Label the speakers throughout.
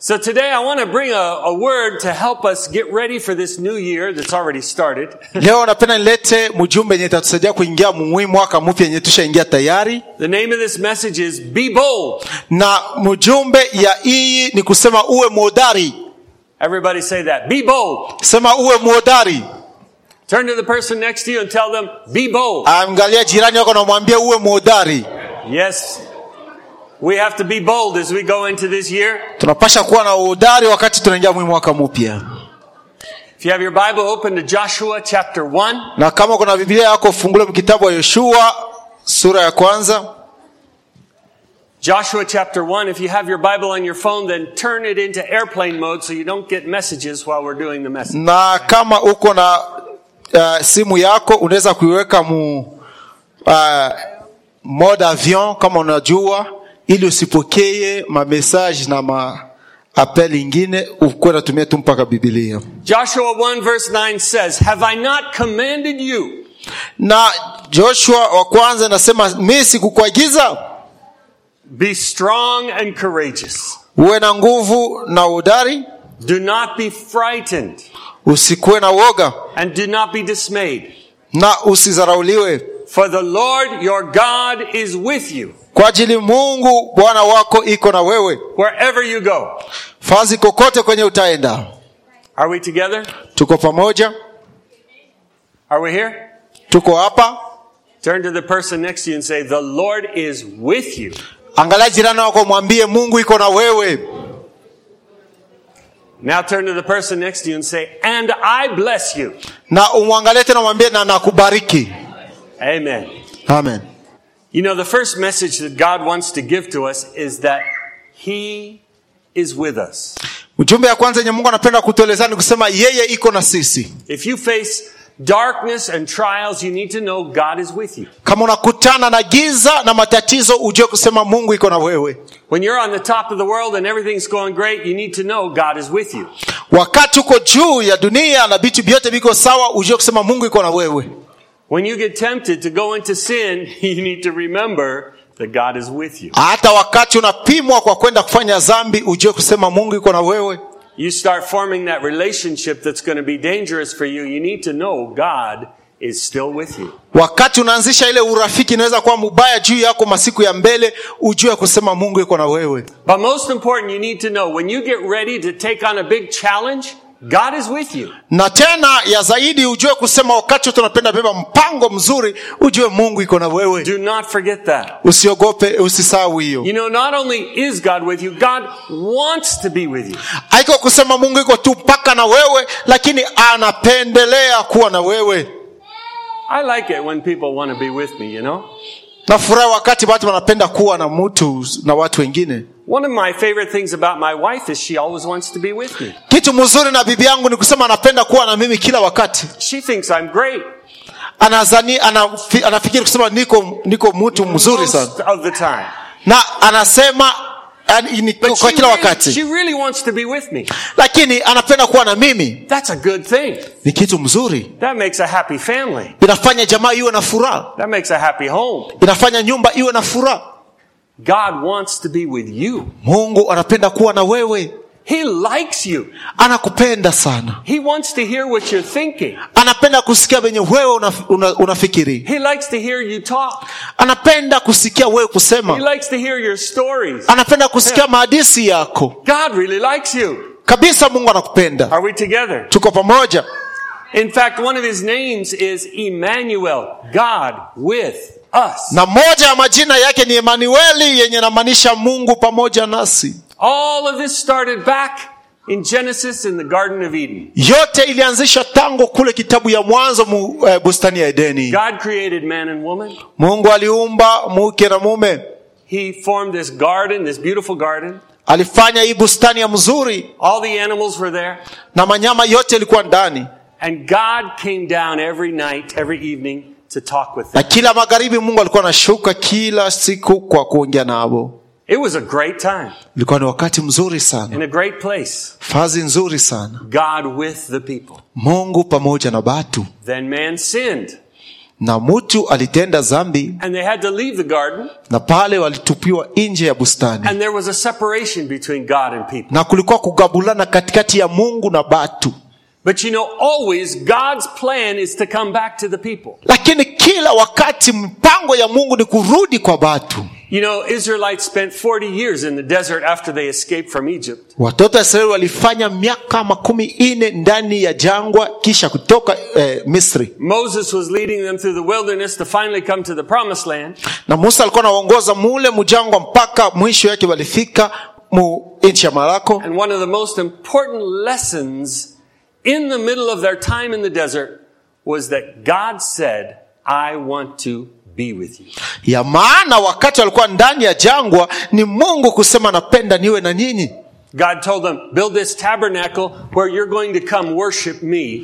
Speaker 1: So today I want to bring a, a word to help us get ready for this new year that's already started.
Speaker 2: leo napenda nilete mjumbe yenye itatusaidia kuingia mwi mwaka mpya yenye tushaingia tayari
Speaker 1: The name of this message is Be Bold.
Speaker 2: na mjumbe ya hii ni kusema uwe mwodari
Speaker 1: Everybody say that. Be bold.
Speaker 2: sema uwe mwodari
Speaker 1: Turn to the person next to you and tell them, Be bold.
Speaker 2: angalia jirani yako namwambia uwe mwodari
Speaker 1: Yes. We have to be bold as we go into this year.
Speaker 2: tunapasha kuwa na uodari wakati tunaingia mwi mwaka mpya
Speaker 1: If you have your Bible open to Joshua chapter 1,
Speaker 2: na kama kuna biblia yako fungule kitabu wa yoshua sura ya kwanza
Speaker 1: Joshua chapter 1, if you have your Bible on your phone, then turn it into airplane mode so you don't get messages while we're doing the message.
Speaker 2: na kama uko na uh, simu yako unaweza kuiweka mu uh, mode avion kama unajua ili usipokee mamessage na ma apel ingine ukuwe natumia tu mpaka bibilia
Speaker 1: Joshua 1 verse 9 says, Have I not commanded you?
Speaker 2: na joshua wa kwanza nasema mi sikukuagiza
Speaker 1: Be strong and courageous.
Speaker 2: uwe na nguvu na udari
Speaker 1: Do not be frightened
Speaker 2: usikuwe na woga
Speaker 1: and do not be dismayed.
Speaker 2: na usizarauliwe
Speaker 1: For the Lord your God is with you
Speaker 2: kwa ajili mungu bwana wako iko na wewe
Speaker 1: wherever you go.
Speaker 2: fazi kokote kwenye utaenda
Speaker 1: Are we together?
Speaker 2: tuko pamoja
Speaker 1: Are we here?
Speaker 2: tuko hapa
Speaker 1: Turn to the person next to you and say, The Lord is with you.
Speaker 2: angalia jirani wako mwambie mungu iko na wewe
Speaker 1: Now turn to the person next to you and say, And I bless you.
Speaker 2: na umwangalie tena mwambie na nakubariki
Speaker 1: Amen.
Speaker 2: amen
Speaker 1: You know, the first message that God wants to give to us is that He is with us.
Speaker 2: ujumbe ya kwanza yenye mungu anapenda kutuelezea ni kusema yeye iko na sisi
Speaker 1: If you face darkness and trials, you need to know God is with you.
Speaker 2: kama unakutana na giza na matatizo ujue kusema mungu iko na wewe
Speaker 1: When you're on the top of the world and everything's going great, you need to know God is with you.
Speaker 2: wakati uko juu ya dunia na vitu vyote viko sawa ujue kusema mungu iko na wewe
Speaker 1: When you get tempted to go into sin, you need to remember that God is with you.
Speaker 2: hata wakati unapimwa kwa kwenda kufanya dhambi ujue kusema mungu iko na wewe
Speaker 1: You start forming that relationship that's going to be dangerous for you. You need to know God is still with you.
Speaker 2: wakati unaanzisha ile urafiki inaweza kuwa mubaya juu yako masiku ya mbele ujue kusema mungu iko na wewe
Speaker 1: But most important, you need to know when you get ready to take on a big challenge, God is with you.
Speaker 2: na tena ya zaidi ujue kusema wakati wote unapenda beba mpango mzuri ujue mungu iko na wewe
Speaker 1: Do not forget that.
Speaker 2: usiogope usisahau hiyo
Speaker 1: You know, not only is God with you, God wants to be with you.
Speaker 2: haiko kusema mungu iko tu mpaka na wewe lakini anapendelea kuwa na wewe
Speaker 1: I like it when people want to be with me, you know?
Speaker 2: na furaha wakati watu wanapenda kuwa na mtu na watu wengine
Speaker 1: One of my favorite things about my wife is she always wants to be with me.
Speaker 2: kitu mzuri na bibi yangu ni kusema anapenda kuwa na mimi kila wakati
Speaker 1: She thinks I'm great
Speaker 2: anazani anafi, anafikiri kusema niko niko mtu mzuri sana
Speaker 1: most of the time.
Speaker 2: na anasema yani, ni-
Speaker 1: But
Speaker 2: kwa
Speaker 1: she
Speaker 2: kila
Speaker 1: really- she
Speaker 2: wakati
Speaker 1: really wants to be with me.
Speaker 2: lakini anapenda kuwa na mimi
Speaker 1: That's a good thing.
Speaker 2: ni kitu mzuri
Speaker 1: That makes a happy family.
Speaker 2: inafanya jamaa iwe na furaha
Speaker 1: That makes a happy home.
Speaker 2: inafanya nyumba iwe na furaha
Speaker 1: God wants to be with you.
Speaker 2: mungu anapenda kuwa na wewe
Speaker 1: He likes you.
Speaker 2: anakupenda sana
Speaker 1: He wants to hear what you're thinking.
Speaker 2: anapenda kusikia venye wewe una, una, unafikiri
Speaker 1: He likes to hear you talk.
Speaker 2: anapenda kusikia wewe
Speaker 1: He
Speaker 2: kusema
Speaker 1: likes to hear your stories.
Speaker 2: anapenda kusikia maadisi yako
Speaker 1: God really likes you.
Speaker 2: kabisa mungu anakupenda
Speaker 1: Are we together?
Speaker 2: tuko pamoja
Speaker 1: In fact, one of his names is Emmanuel, God with us.
Speaker 2: na moja ya majina yake ni emanueli yenye namaanisha mungu pamoja nasi
Speaker 1: All of this started back in Genesis in the Garden of Eden.
Speaker 2: yote ilianzisha tangu kule kitabu ya mwanzo mu, eh, bustani ya edeni
Speaker 1: God created man and woman.
Speaker 2: mungu aliumba mke na mume
Speaker 1: He formed this garden, this beautiful garden.
Speaker 2: alifanya hii bustani ya mzuri
Speaker 1: All the animals were there.
Speaker 2: na manyama yote yalikuwa ndani
Speaker 1: And God came down every night, every evening to talk with them.
Speaker 2: na kila magharibi mungu alikuwa anashuka kila siku kwa kuongea navo
Speaker 1: It was a great time
Speaker 2: ilikuwa ni wakati mzuri sana
Speaker 1: in a great place.
Speaker 2: fazi nzuri sana
Speaker 1: God with the people.
Speaker 2: mungu pamoja na batu
Speaker 1: Then man sinned.
Speaker 2: na mtu alitenda dhambi
Speaker 1: and they had to leave the garden,
Speaker 2: na pale walitupiwa nje ya bustani
Speaker 1: and there was a separation between God and people.
Speaker 2: na kulikuwa kugabulana katikati ya mungu na batu
Speaker 1: But you know, always God's plan is to come back to the people.
Speaker 2: lakini kila wakati mpango ya mungu ni kurudi kwa batu
Speaker 1: You know, Israelites spent 40 years in the desert after they escaped from Egypt.
Speaker 2: watoto wa israeli walifanya miaka makumi ine ndani ya jangwa kisha kutoka eh, misri
Speaker 1: Moses was leading them through the wilderness to finally come to the promised land.
Speaker 2: na musa alikuwa anaongoza mule mjangwa mpaka mwisho yake walifika mu nchi ya marako
Speaker 1: And one of the most important lessons in the middle of their time in the desert was that God said, I want to be with you.
Speaker 2: ya maana wakati walikuwa ndani ya jangwa ni mungu kusema napenda niwe na nyinyi
Speaker 1: God told them, build this tabernacle where you're going to come worship me.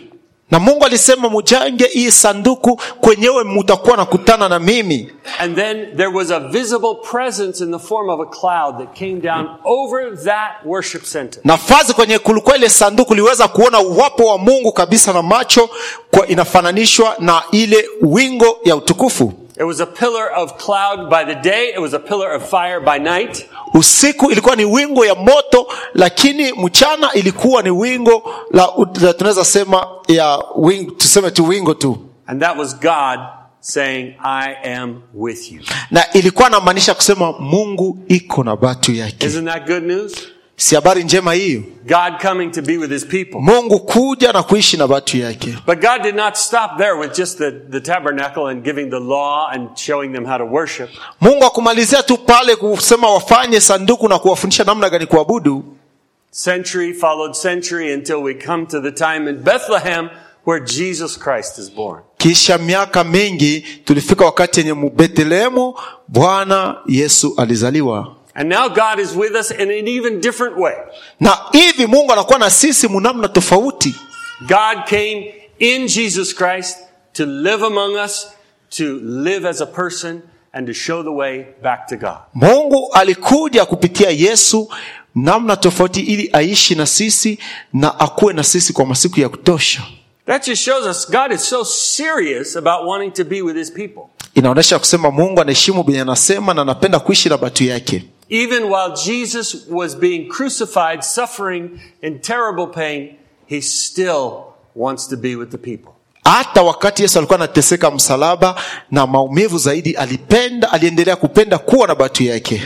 Speaker 2: na mungu alisema mujange hii sanduku kwenyewe mutakuwa nakutana na mimi
Speaker 1: And then there was a visible presence in the form of a cloud that came down over that worship center.
Speaker 2: nafasi kwenye kulikuwa ile sanduku liweza kuona uwapo wa mungu kabisa na macho kwa inafananishwa na ile wingo ya utukufu
Speaker 1: It was a pillar of cloud by the day. It was a pillar of fire by night.
Speaker 2: usiku ilikuwa ni wingo ya moto lakini mchana ilikuwa ni wingo la, la tunaweza sema ya wing, tuseme tu wingo tu
Speaker 1: And that was God saying, I am with you.
Speaker 2: na ilikuwa namaanisha kusema mungu iko na batu yake
Speaker 1: Isn't that good news?
Speaker 2: si habari njema hiyo
Speaker 1: God coming to be with his people.
Speaker 2: mungu kuja na kuishi na batu yake
Speaker 1: But God did not stop there with just the, the tabernacle and giving the law and showing them how to worship.
Speaker 2: mungu akumalizia tu pale kusema wafanye sanduku na kuwafundisha namna gani kuabudu
Speaker 1: Century followed century until we come to the time in Bethlehem where Jesus Christ is born.
Speaker 2: kisha miaka mingi tulifika wakati yenye mubethlehemu bwana yesu alizaliwa
Speaker 1: And now God is with us in an even different way.
Speaker 2: na hivi mungu anakuwa na sisi munamna tofauti
Speaker 1: God came in Jesus Christ to live among us, to live as a person, and to show the way back to God.
Speaker 2: mungu alikuja kupitia yesu namna tofauti ili aishi na sisi na akuwe na sisi kwa masiku ya kutosha
Speaker 1: That just shows us God is so serious about wanting to be with his people.
Speaker 2: inaonyesha kusema mungu anaheshimu venye anasema na anapenda kuishi na batu yake
Speaker 1: Even while Jesus was being crucified, suffering in terrible pain, he still wants to be with the people.
Speaker 2: hata wakati yesu alikuwa anateseka msalaba na maumivu zaidi alipenda aliendelea kupenda kuwa na batu yake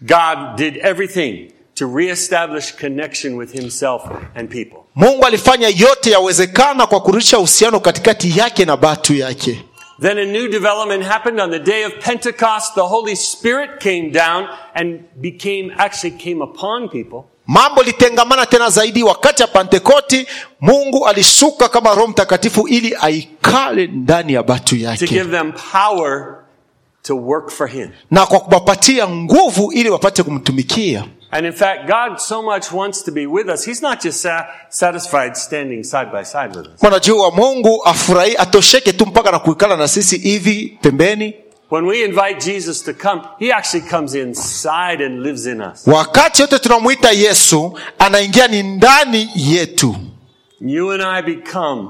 Speaker 1: God did everything to reestablish connection with himself and people.
Speaker 2: mungu alifanya yote yawezekana kwa kurudisha uhusiano katikati yake na batu yake
Speaker 1: Then a new development happened on the day of Pentecost. The Holy Spirit came down and became, actually came upon people.
Speaker 2: mambo litengamana tena zaidi wakati ya pantekoti mungu alishuka kama roho mtakatifu ili aikale ndani ya batu
Speaker 1: to
Speaker 2: yake
Speaker 1: give them power to work for him.
Speaker 2: na kwa kuwapatia nguvu ili wapate kumtumikia
Speaker 1: And in fact, God so much wants to be with us. He's not just sa- satisfied standing side by side with us.
Speaker 2: mwanajua mungu afurahi atosheke tu mpaka na kuikala na sisi hivi pembeni
Speaker 1: When we invite Jesus to come, he actually comes inside and lives in us.
Speaker 2: wakati yote tunamwita yesu anaingia ni ndani yetu
Speaker 1: You and I become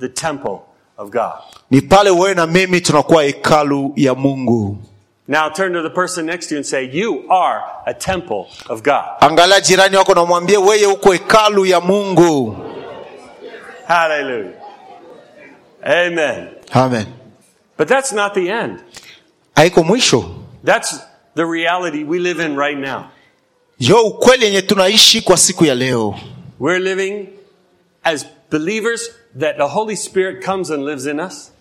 Speaker 1: the temple of God.
Speaker 2: ni pale wewe na mimi tunakuwa hekalu ya mungu
Speaker 1: Now turn to the person next to you and say, You are a temple of God.
Speaker 2: angalia jirani wako namwambie weye uko hekalu ya mungu
Speaker 1: Hallelujah. Amen.
Speaker 2: amen
Speaker 1: But that's not the end.
Speaker 2: haiko mwisho
Speaker 1: That's the reality we live in right now.
Speaker 2: yo ukweli yenye tunaishi kwa siku ya leo
Speaker 1: We're living as believers that the Holy Spirit comes and lives in us.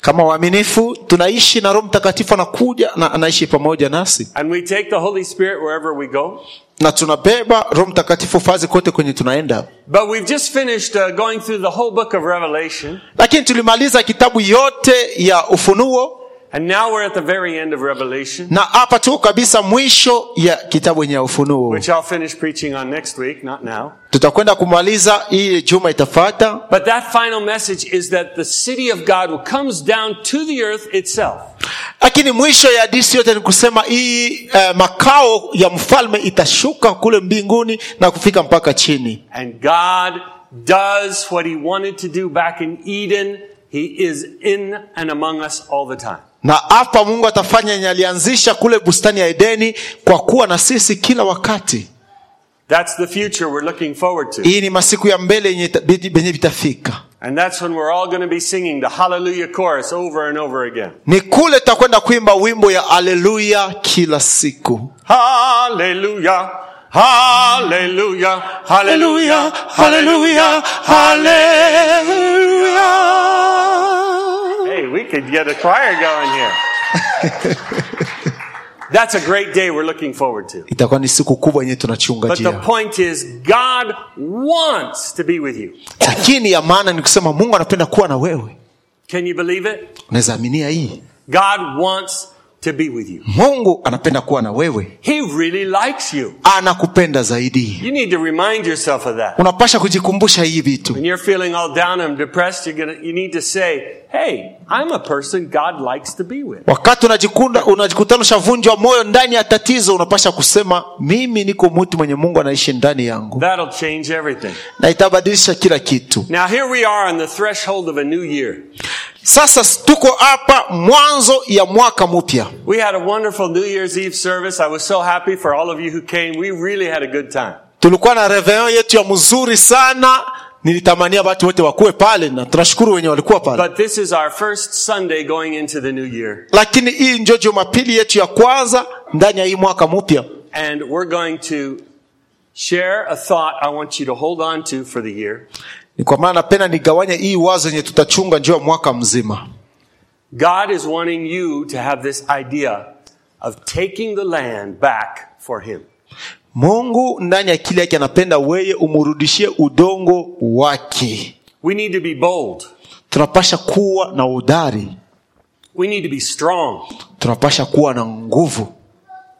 Speaker 2: kama waaminifu tunaishi na roho mtakatifu anakuja na anaishi pamoja nasi
Speaker 1: And we take the Holy Spirit wherever we go.
Speaker 2: na tunabeba roho mtakatifu fazi kote kwenye tunaenda
Speaker 1: But we've just finished uh, going through the whole book of Revelation.
Speaker 2: lakini tulimaliza kitabu yote ya ufunuo
Speaker 1: And now we're at the very end of Revelation,
Speaker 2: na hapa tuko kabisa mwisho ya kitabu yenye ya ufunuo
Speaker 1: which I'll finish preaching on next week, not now.
Speaker 2: tutakwenda kumaliza hii juma itafata
Speaker 1: But that final message is that the city of God will- comes down to the earth itself.
Speaker 2: lakini mwisho ya disi yote ni kusema hii eh, makao ya mfalme itashuka kule mbinguni na kufika mpaka chini
Speaker 1: And God does what he wanted to do back in Eden He is in and among us all the time.
Speaker 2: na hapa mungu atafanya yenye alianzisha kule bustani ya edeni kwa kuwa na sisi kila wakati
Speaker 1: That's the future we're looking forward to.
Speaker 2: hii ni masiku ya mbele yenye ita- biti- benye vitafika
Speaker 1: And that's when we're all going to be singing the Hallelujah chorus over and over again.
Speaker 2: ni kule tutakwenda kuimba wimbo ya aleluya kila siku
Speaker 1: Hallelujah. Hallelujah. Hallelujah. Hallelujah.
Speaker 2: haleluya
Speaker 1: Hey, we could get a choir going here. That's a great day we're looking forward to.
Speaker 2: itakuwa ni siku kubwa yenye
Speaker 1: But the
Speaker 2: tunachungajia
Speaker 1: point is, God wants to be with you.
Speaker 2: lakini ya maana ni kusema mungu anapenda kuwa na wewe
Speaker 1: Can you believe it?
Speaker 2: unaweza aminia hii
Speaker 1: God wants to be with you.
Speaker 2: mungu anapenda kuwa na wewe
Speaker 1: He really likes you.
Speaker 2: anakupenda zaidi
Speaker 1: You need to remind yourself of that.
Speaker 2: unapasha kujikumbusha hii vitu
Speaker 1: When you're feeling all down and depressed, you're gonna, you need to say, Hey, I'm a person God likes to be with.
Speaker 2: wakati unajikunda unajikutana ushavunjwa moyo ndani ya tatizo unapasha kusema mimi niko mtu mwenye mungu anaishi ndani yangu
Speaker 1: That'll change everything.
Speaker 2: na itabadilisha kila kitu
Speaker 1: Now here we are on the threshold of a new year.
Speaker 2: sasa tuko hapa mwanzo ya mwaka mpya
Speaker 1: We had a wonderful New Year's Eve service. I was so happy for all of you who came. We really had a good time.
Speaker 2: tulikuwa na reveillon yetu ya mzuri sana nilitamania watu wote wakuwe pale na tunashukuru wenye walikuwa pale
Speaker 1: But this is our first Sunday going into the new year.
Speaker 2: lakini hii njo jumapili yetu ya kwanza ndani ya hii mwaka mpya
Speaker 1: And we're going to share a thought I want you to hold on to for the year.
Speaker 2: ni kwa maana napenda nigawanye hii wazo yenye tutachunga njuu ya mwaka mzima
Speaker 1: God is wanting you to have this idea of taking the land back for Him.
Speaker 2: mungu ndani ya akili yake anapenda weye umurudishie udongo wake
Speaker 1: We need to be bold.
Speaker 2: tunapasha kuwa na udari
Speaker 1: We need to be strong,
Speaker 2: tunapasha kuwa na nguvu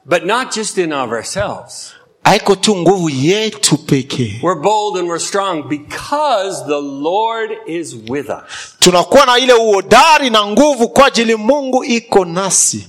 Speaker 1: but not just in of ourselves.
Speaker 2: haiko tu nguvu yetu pekee
Speaker 1: We're bold and we're strong because the Lord is with us.
Speaker 2: tunakuwa na ile uodari na nguvu kwa ajili mungu iko nasi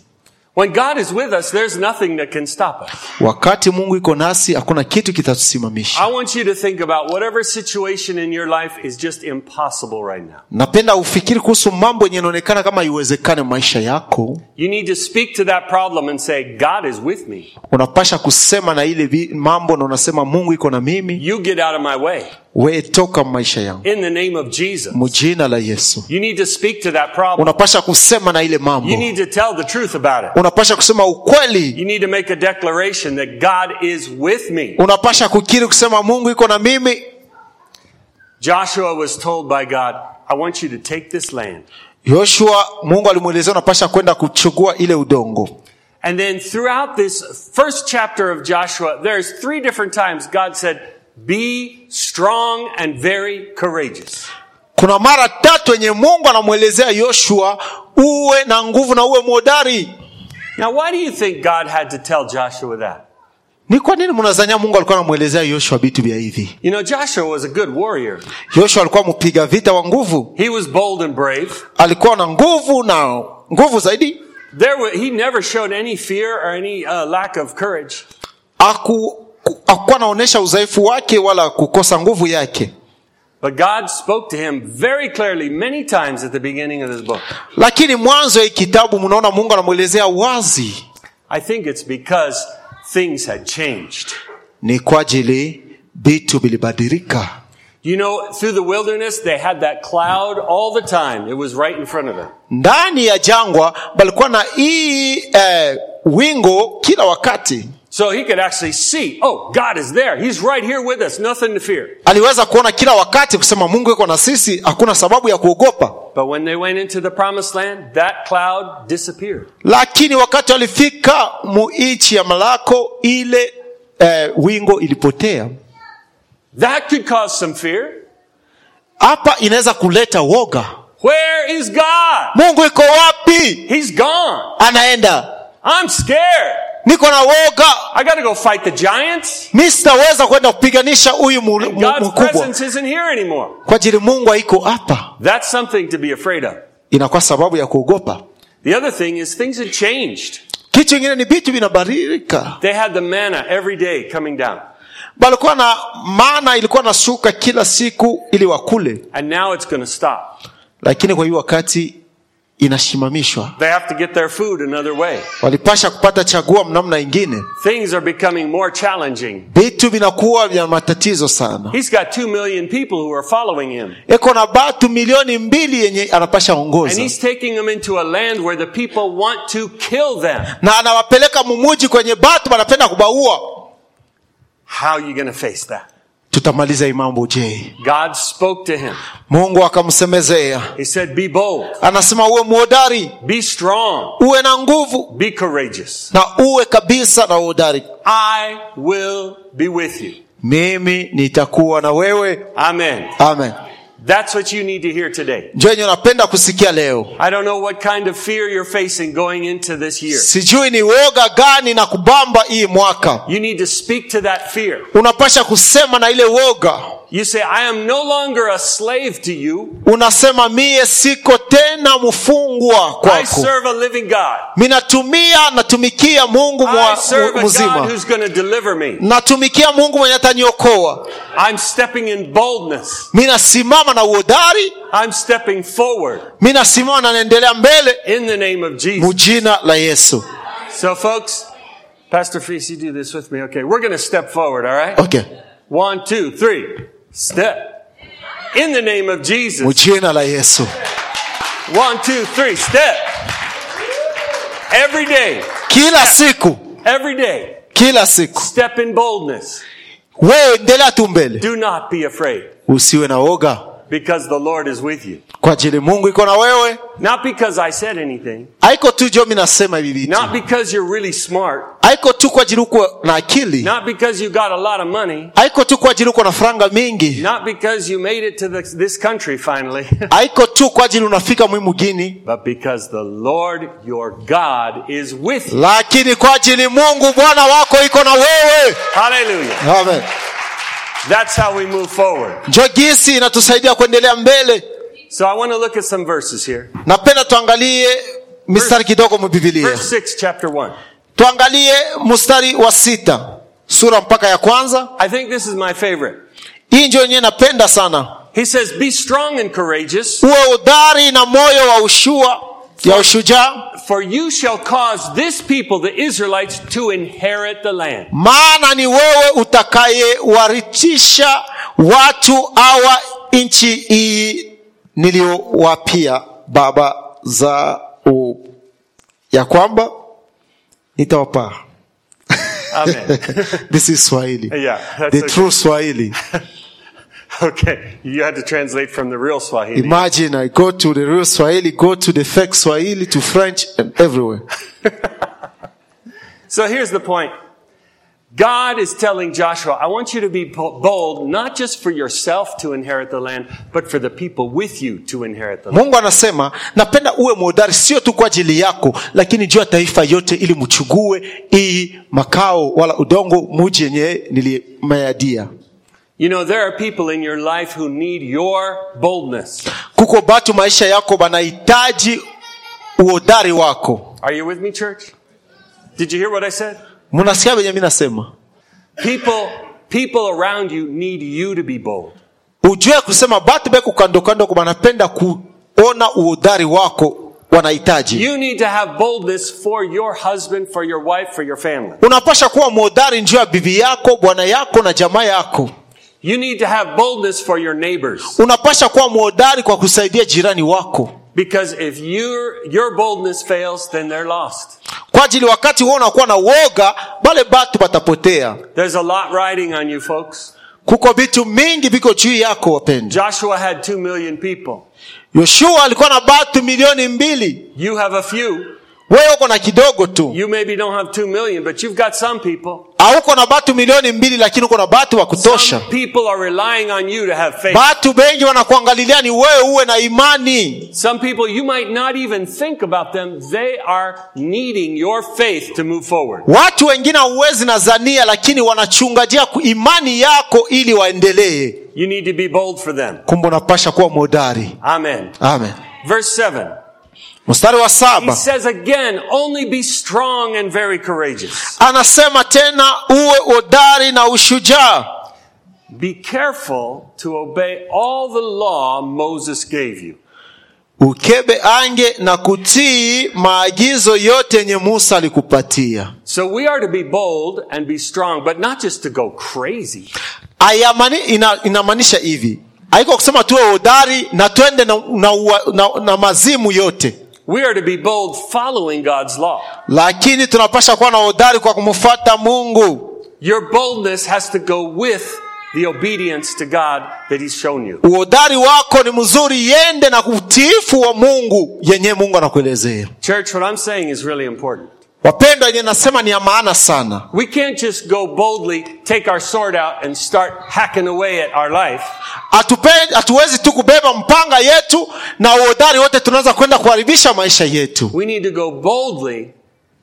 Speaker 1: When God is with us, there's nothing that can stop us.
Speaker 2: wakati mungu iko nasi hakuna kitu kitatusimamisha
Speaker 1: I want you to think about whatever situation in your life is just impossible right now.
Speaker 2: napenda ufikiri kuhusu mambo yenye inaonekana kama iwezekane maisha yako
Speaker 1: You need to speak to that problem and say, God is with me.
Speaker 2: unapasha kusema na ile vi- mambo na unasema mungu iko na mimi
Speaker 1: You get out of my way
Speaker 2: wee toka maisha yangu
Speaker 1: in the name of Jesus.
Speaker 2: mjina la yesu
Speaker 1: You need to speak to that problem.
Speaker 2: unapasha kusema na ile mambo
Speaker 1: You need to tell the truth about it.
Speaker 2: unapasha kusema ukweli
Speaker 1: You need to make a declaration that God is with me.
Speaker 2: unapasha kukiri kusema mungu iko na mimi
Speaker 1: Joshua was told by God, I want you to take this land.
Speaker 2: yoshua mungu alimwelezea unapasha kwenda kuchukua ile udongo
Speaker 1: And then throughout this first chapter of Joshua, there's three different times God said, be strong and very courageous.
Speaker 2: kuna mara tatu yenye mungu anamwelezea yoshua uwe na nguvu na uwe mwodari
Speaker 1: Now, why do you think God had to tell Joshua that?
Speaker 2: ni kwa nini mnazania mungu alikuwa anamwelezea yoshua vitu vya hivi
Speaker 1: You know, Joshua was a good warrior.
Speaker 2: yoshua alikuwa mpiga vita wa nguvu
Speaker 1: He was bold and brave.
Speaker 2: alikuwa na nguvu na nguvu zaidi
Speaker 1: There were, he never showed any fear or any uh, lack of courage.
Speaker 2: Aku- ku- hakuwa anaonyesha udhaifu wake wala kukosa nguvu yake
Speaker 1: But God spoke to him very clearly many times at the beginning of this book.
Speaker 2: lakini mwanzo ya hii kitabu mnaona mungu anamwelezea wazi
Speaker 1: I think it's because things had changed.
Speaker 2: ni kwa ajili vitu vilibadilika
Speaker 1: You know, through the wilderness, they had that cloud all the time. It was right in front of them.
Speaker 2: ndani ya jangwa balikuwa na hii eh, wingo kila wakati
Speaker 1: So he could actually see, oh, God is there. He's right here with us. Nothing to fear.
Speaker 2: aliweza kuona kila wakati kusema mungu yuko na sisi hakuna sababu ya kuogopa
Speaker 1: But when they went into the promised land, that cloud disappeared.
Speaker 2: lakini wakati walifika muichi ya malako ile eh, wingo ilipotea
Speaker 1: That could cause some fear.
Speaker 2: hapa inaweza kuleta woga
Speaker 1: Where is God?
Speaker 2: mungu iko wapi
Speaker 1: He's gone.
Speaker 2: anaenda
Speaker 1: I'm scared.
Speaker 2: niko na woga
Speaker 1: I got to go fight the giants.
Speaker 2: mi sitaweza kwenda kupiganisha huyu mu- mu-
Speaker 1: God's
Speaker 2: mkubwa
Speaker 1: presence isn't here anymore.
Speaker 2: kwa ajili mungu haiko hapa
Speaker 1: That's something to be afraid of.
Speaker 2: inakuwa sababu ya kuogopa
Speaker 1: The other thing is things had changed.
Speaker 2: kitu ingine ni vitu vinabadilika
Speaker 1: They had the manna every day coming down.
Speaker 2: balikuwa na maana ilikuwa nashuka kila siku ili wakule
Speaker 1: And now it's going to stop.
Speaker 2: lakini kwa hiyo wakati inasimamishwa.
Speaker 1: They have to get their food another way.
Speaker 2: Walipasha kupata chaguo namna ingine.
Speaker 1: Things are becoming more challenging.
Speaker 2: Vitu vinakuwa vya matatizo sana.
Speaker 1: He's got two million people who are following him.
Speaker 2: Eko na batu milioni mbili yenye anapasha
Speaker 1: And
Speaker 2: ongoza
Speaker 1: he's taking them into a land where the people want to kill them.
Speaker 2: na anawapeleka mumuji kwenye batu wanapenda kubaua.
Speaker 1: How are you going to face that?
Speaker 2: Tutamaliza hii mambo je?
Speaker 1: God spoke to him.
Speaker 2: Mungu akamsemezea,
Speaker 1: He said, Be bold,
Speaker 2: anasema uwe mwodari,
Speaker 1: be strong,
Speaker 2: uwe na nguvu
Speaker 1: be courageous.
Speaker 2: na uwe kabisa na uhodari.
Speaker 1: I will be with you.
Speaker 2: Mimi nitakuwa na wewe.
Speaker 1: Amen.
Speaker 2: Amen.
Speaker 1: That's what you need to hear today.
Speaker 2: Njenye, napenda kusikia leo
Speaker 1: I don't know what kind of fear you're facing going into this year.
Speaker 2: sijui ni woga gani na kubamba hii mwaka
Speaker 1: You need to speak to that fear.
Speaker 2: unapasha kusema na ile woga
Speaker 1: You say, I am no longer a slave to you.
Speaker 2: unasema miye siko tena mfungwa
Speaker 1: I
Speaker 2: kwako
Speaker 1: serve a living God.
Speaker 2: minatumia natumikia mungu
Speaker 1: I
Speaker 2: mwa,
Speaker 1: serve
Speaker 2: mu-
Speaker 1: a God
Speaker 2: mzima
Speaker 1: who's going to deliver me.
Speaker 2: natumikia mungu mwenye ataniokoa
Speaker 1: I'm stepping in boldness.
Speaker 2: minasimama na uhodari
Speaker 1: I'm stepping forward
Speaker 2: minasimama na naendelea mbele
Speaker 1: in the name of Jesus.
Speaker 2: mujina la yesu
Speaker 1: So, folks, Pastor Feast, you do this with me. Okay, we're going to step forward, all right?
Speaker 2: okay
Speaker 1: One, two, three. Step. In the name of Jesus.
Speaker 2: mujina la yesu
Speaker 1: One, two, three. Step. Every day,
Speaker 2: kila siku
Speaker 1: every day,
Speaker 2: kila siku
Speaker 1: step in boldness.
Speaker 2: wewe endelea tu mbele
Speaker 1: Do not be afraid
Speaker 2: usiwe na woga
Speaker 1: because the Lord is with you.
Speaker 2: kwa ajili mungu iko na wewe
Speaker 1: Not because I said anything,
Speaker 2: haiko tu jo minasema hivi vitu
Speaker 1: not because you're really smart,
Speaker 2: haiko tu kwa ajili uko na akili
Speaker 1: not because you got a lot of money,
Speaker 2: haiko tu kwa ajili uko na franga mingi
Speaker 1: not because you made it to the, this country finally,
Speaker 2: haiko tu kwa ajili unafika mwimu gini
Speaker 1: but because the Lord your God is with you.
Speaker 2: lakini kwa ajili mungu bwana wako iko na wewe
Speaker 1: Hallelujah.
Speaker 2: Amen.
Speaker 1: That's how we move forward.
Speaker 2: njo gisi inatusaidia kuendelea mbele
Speaker 1: So I want to look at some verses here.
Speaker 2: napenda tuangalie mistari kidogo mubibilia
Speaker 1: Verse 6, chapter 1.
Speaker 2: tuangalie mstari wa sita sura mpaka ya kwanza
Speaker 1: I think this is my favorite.
Speaker 2: hii njo yenyewe napenda sana
Speaker 1: He says, Be strong and courageous,
Speaker 2: uwe udhari na moyo wa ushua ya ushujaa
Speaker 1: for you shall cause this people, the Israelites, to inherit the land.
Speaker 2: maana ni wewe utakayewaritisha watu hawa nchi hii niliyowapia baba za u, ya kwamba nitawapa
Speaker 1: Amen.
Speaker 2: this is swahili
Speaker 1: Yeah, that's
Speaker 2: the
Speaker 1: okay.
Speaker 2: true swahili
Speaker 1: okay, you had to translate from the real Swahili.
Speaker 2: imagine i go to the real swahili go to the fake swahili to french and everywhere
Speaker 1: So here's the point God is telling Joshua, I want you to be bo- bold, not just for yourself to inherit the land, but for the people with you to inherit the land.
Speaker 2: mungu anasema napenda uwe mwodari sio tu kwa ajili yako lakini juu ya taifa yote ili mchugue hii makao wala udongo muji yenye nilimeadia
Speaker 1: You know, there are people in your life who need your boldness.
Speaker 2: kuko batu maisha yako banahitaji uodari wako
Speaker 1: Are you with me, church? Did you hear what I said?
Speaker 2: mnasikia venye mi nasema
Speaker 1: People, people around you need you to be bold.
Speaker 2: ujue kusema batu beku kandokando banapenda kuona uodari wako wanahitaji
Speaker 1: You need to have boldness for your husband, for your wife, for your family.
Speaker 2: unapasha kuwa mwodari njuu ya bibi yako bwana yako na jamaa yako
Speaker 1: You need to have boldness for your neighbors.
Speaker 2: unapasha kuwa mwodari kwa kusaidia jirani wako
Speaker 1: Because if your, your boldness fails, then they're lost.
Speaker 2: kwa ajili wakati wewe unakuwa na woga bale batu batapotea
Speaker 1: There's a lot riding on you folks.
Speaker 2: kuko vitu mingi viko juu yako wapendwa
Speaker 1: Joshua had two million people.
Speaker 2: yoshua alikuwa na batu milioni mbili
Speaker 1: You have a few.
Speaker 2: wewe uko na kidogo tu
Speaker 1: You maybe don't have two million, but you've got some people.
Speaker 2: auko na batu milioni mbili lakini uko na batu wa kutosha
Speaker 1: Some people are relying on you to have faith.
Speaker 2: batu bengi wanakuangalilia ni wewe uwe na imani
Speaker 1: Some people, you might not even think about them. They are needing your faith to move forward.
Speaker 2: watu wengine hauwezi nazania lakini wanachungajia ku- imani yako ili waendelee
Speaker 1: You need to be bold for them.
Speaker 2: kumbe unapasha kuwa modari
Speaker 1: Amen.
Speaker 2: amen
Speaker 1: Verse 7.
Speaker 2: mstari wa
Speaker 1: He
Speaker 2: saba
Speaker 1: says again, only be strong and very courageous.
Speaker 2: anasema tena uwe odari na ushujaa
Speaker 1: Be careful to obey all the law Moses gave you.
Speaker 2: ukebe ange na kutii maagizo yote yenye Musa alikupatia.
Speaker 1: So we are to be bold and be strong, but not just to go crazy.
Speaker 2: Ayamani, ina, inamaanisha hivi, haiko kusema tuwe hodari na twende na, na, na, na, na mazimu yote,
Speaker 1: We are to be bold following God's law.
Speaker 2: lakini tunapasha kuwa na hodari kwa kumfuata Mungu.
Speaker 1: Your boldness has to go with the obedience to God that He's shown you.
Speaker 2: Uhodari wako ni mzuri, yende na utiifu wa Mungu yenye Mungu anakuelezea.
Speaker 1: Church, what I'm saying is really important.
Speaker 2: Wapendwa, yenye nasema ni ya maana sana.
Speaker 1: We can't just go boldly, take our sword out, and start hacking away at our life.
Speaker 2: Hatupe- hatuwezi tu kubeba mpanga yetu na uhodari wote tunaweza kwenda kuharibisha maisha yetu
Speaker 1: We need to go boldly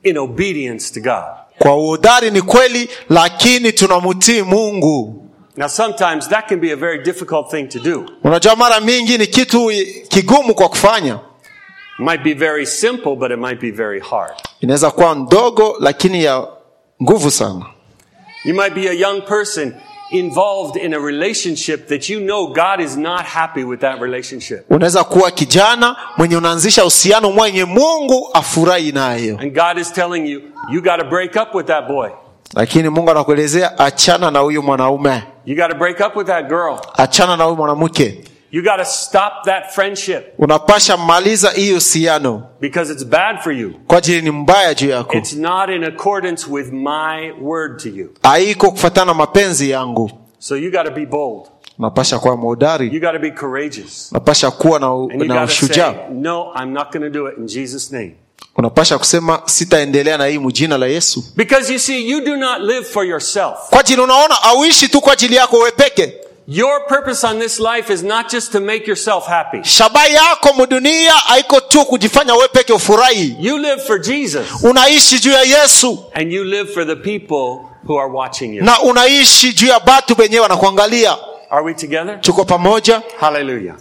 Speaker 1: in obedience to God.
Speaker 2: kwa uhodari ni kweli lakini tunamtii mungu
Speaker 1: Now, sometimes that can be a very difficult thing to do.
Speaker 2: unajua mara mingi ni kitu kigumu kwa kufanya
Speaker 1: It might be very simple, but it might be very hard.
Speaker 2: inaweza kuwa ndogo lakini ya nguvu sana
Speaker 1: You might be a young person involved in a relationship that you know God is not happy with that relationship.
Speaker 2: unaweza kuwa kijana mwenye unaanzisha uhusiano mwenye mungu afurahi nayo
Speaker 1: And God is telling you, you got to break up with that boy.
Speaker 2: lakini mungu anakuelezea achana na huyu mwanaume
Speaker 1: You got to break up with that girl.
Speaker 2: achana na huyu mwanamke
Speaker 1: You got to stop that friendship
Speaker 2: unapasha maliza hiyo uhusiano
Speaker 1: because it's bad for you.
Speaker 2: kwa ajili ni mbaya juu yako
Speaker 1: It's not in accordance with my word to you.
Speaker 2: haiko kufatana na mapenzi yangu
Speaker 1: So you got to be bold.
Speaker 2: napasha kuwa
Speaker 1: You
Speaker 2: maudari
Speaker 1: got to be courageous.
Speaker 2: napasha kuwa na,
Speaker 1: And you
Speaker 2: na
Speaker 1: got to
Speaker 2: ushujaa
Speaker 1: say, no, I'm not going to do it in Jesus' name.
Speaker 2: unapasha kusema sitaendelea na hii mjina la yesu
Speaker 1: Because you see, you do not live for yourself.
Speaker 2: kwa ajili unaona auishi tu kwa ajili yako wewe peke
Speaker 1: Your purpose on this life is not just to make yourself happy.
Speaker 2: shabaha yako mdunia haiko tu kujifanya wewe peke ufurahi
Speaker 1: You live for Jesus
Speaker 2: unaishi juu ya yesu
Speaker 1: and you live for the people who are watching you.
Speaker 2: na unaishi juu ya batu wenyewe wanakuangalia
Speaker 1: Are we together?
Speaker 2: tuko pamoja
Speaker 1: Hallelujah.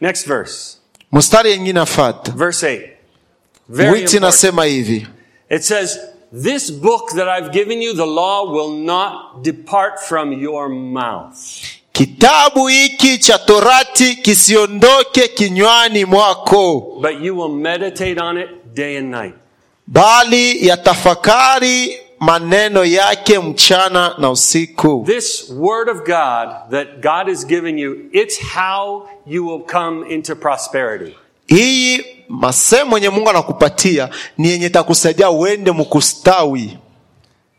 Speaker 1: Next verse,
Speaker 2: mstari yengine afata
Speaker 1: verse 8. Very
Speaker 2: witi
Speaker 1: important.
Speaker 2: nasema hivi
Speaker 1: It says, This book that I've given you, the law, will not depart from your mouth.
Speaker 2: kitabu hiki cha torati kisiondoke kinywani mwako
Speaker 1: but you will meditate on it day and night,
Speaker 2: bali yatafakari maneno yake mchana na usiku.
Speaker 1: This word of God that God has given you, it's how you will come into prosperity.
Speaker 2: Hii masemo yenye Mungu anakupatia ni yenye takusaidia uende mkustawi.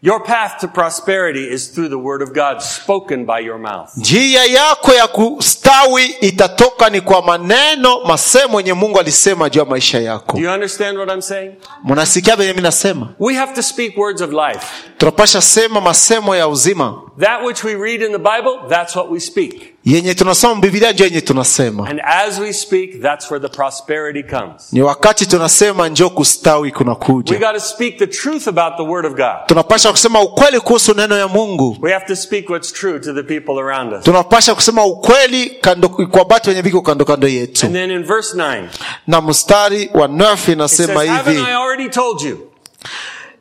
Speaker 1: Your path to prosperity is through the word of God spoken by your mouth.
Speaker 2: Njia yako ya kustawi itatoka ni kwa maneno masemo yenye Mungu alisema juu ya maisha yako.
Speaker 1: Do you understand what I'm saying?
Speaker 2: Mnasikia venye mimi nasema,
Speaker 1: We have to speak words of life.
Speaker 2: tunapasha sema masemo ya uzima
Speaker 1: That which we read in the Bible, that's what we speak.
Speaker 2: yenye tunasoma Biblia, ndio yenye tunasema.
Speaker 1: And as we speak, that's where the prosperity comes.
Speaker 2: Ni wakati tunasema njoo kustawi
Speaker 1: We
Speaker 2: kunakuja,
Speaker 1: got to speak the truth about the word of God.
Speaker 2: tunapasha kusema ukweli kuhusu neno ya Mungu.
Speaker 1: We have to speak what's true to the people around us.
Speaker 2: tunapasha kusema ukweli kando, kwa batu wenye viko kando kando
Speaker 1: And
Speaker 2: yetu
Speaker 1: then in verse 9,
Speaker 2: na mstari wa nerf
Speaker 1: It says,
Speaker 2: inasema
Speaker 1: Haven't
Speaker 2: hivi
Speaker 1: I already told you?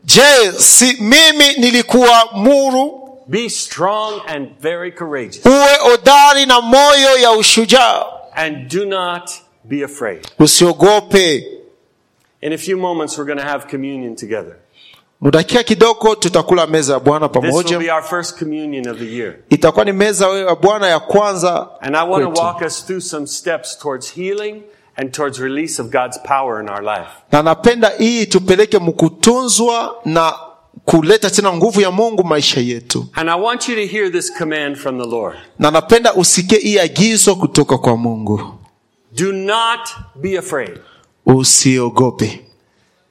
Speaker 2: je si mimi nilikuwa muru
Speaker 1: Be strong and very courageous,
Speaker 2: uwe odari na moyo ya ushujaa
Speaker 1: and do not be afraid.
Speaker 2: usiogope
Speaker 1: In a few moments, we're going to have communion together.
Speaker 2: mudakia kidogo tutakula meza ya bwana
Speaker 1: This will be
Speaker 2: pamoja
Speaker 1: our first communion of the year.
Speaker 2: itakuwa ni meza wewe ya bwana ya kwanza
Speaker 1: And I want to
Speaker 2: kwetu.
Speaker 1: walk us through some steps towards healing and towards release of God's power in our life.
Speaker 2: na napenda hii tupeleke mkutunzwa na kuleta tena nguvu ya mungu maisha yetu
Speaker 1: And I want you to hear this command from the Lord
Speaker 2: na napenda usikie hii agizo kutoka kwa mungu
Speaker 1: Do not be afraid.
Speaker 2: usiogope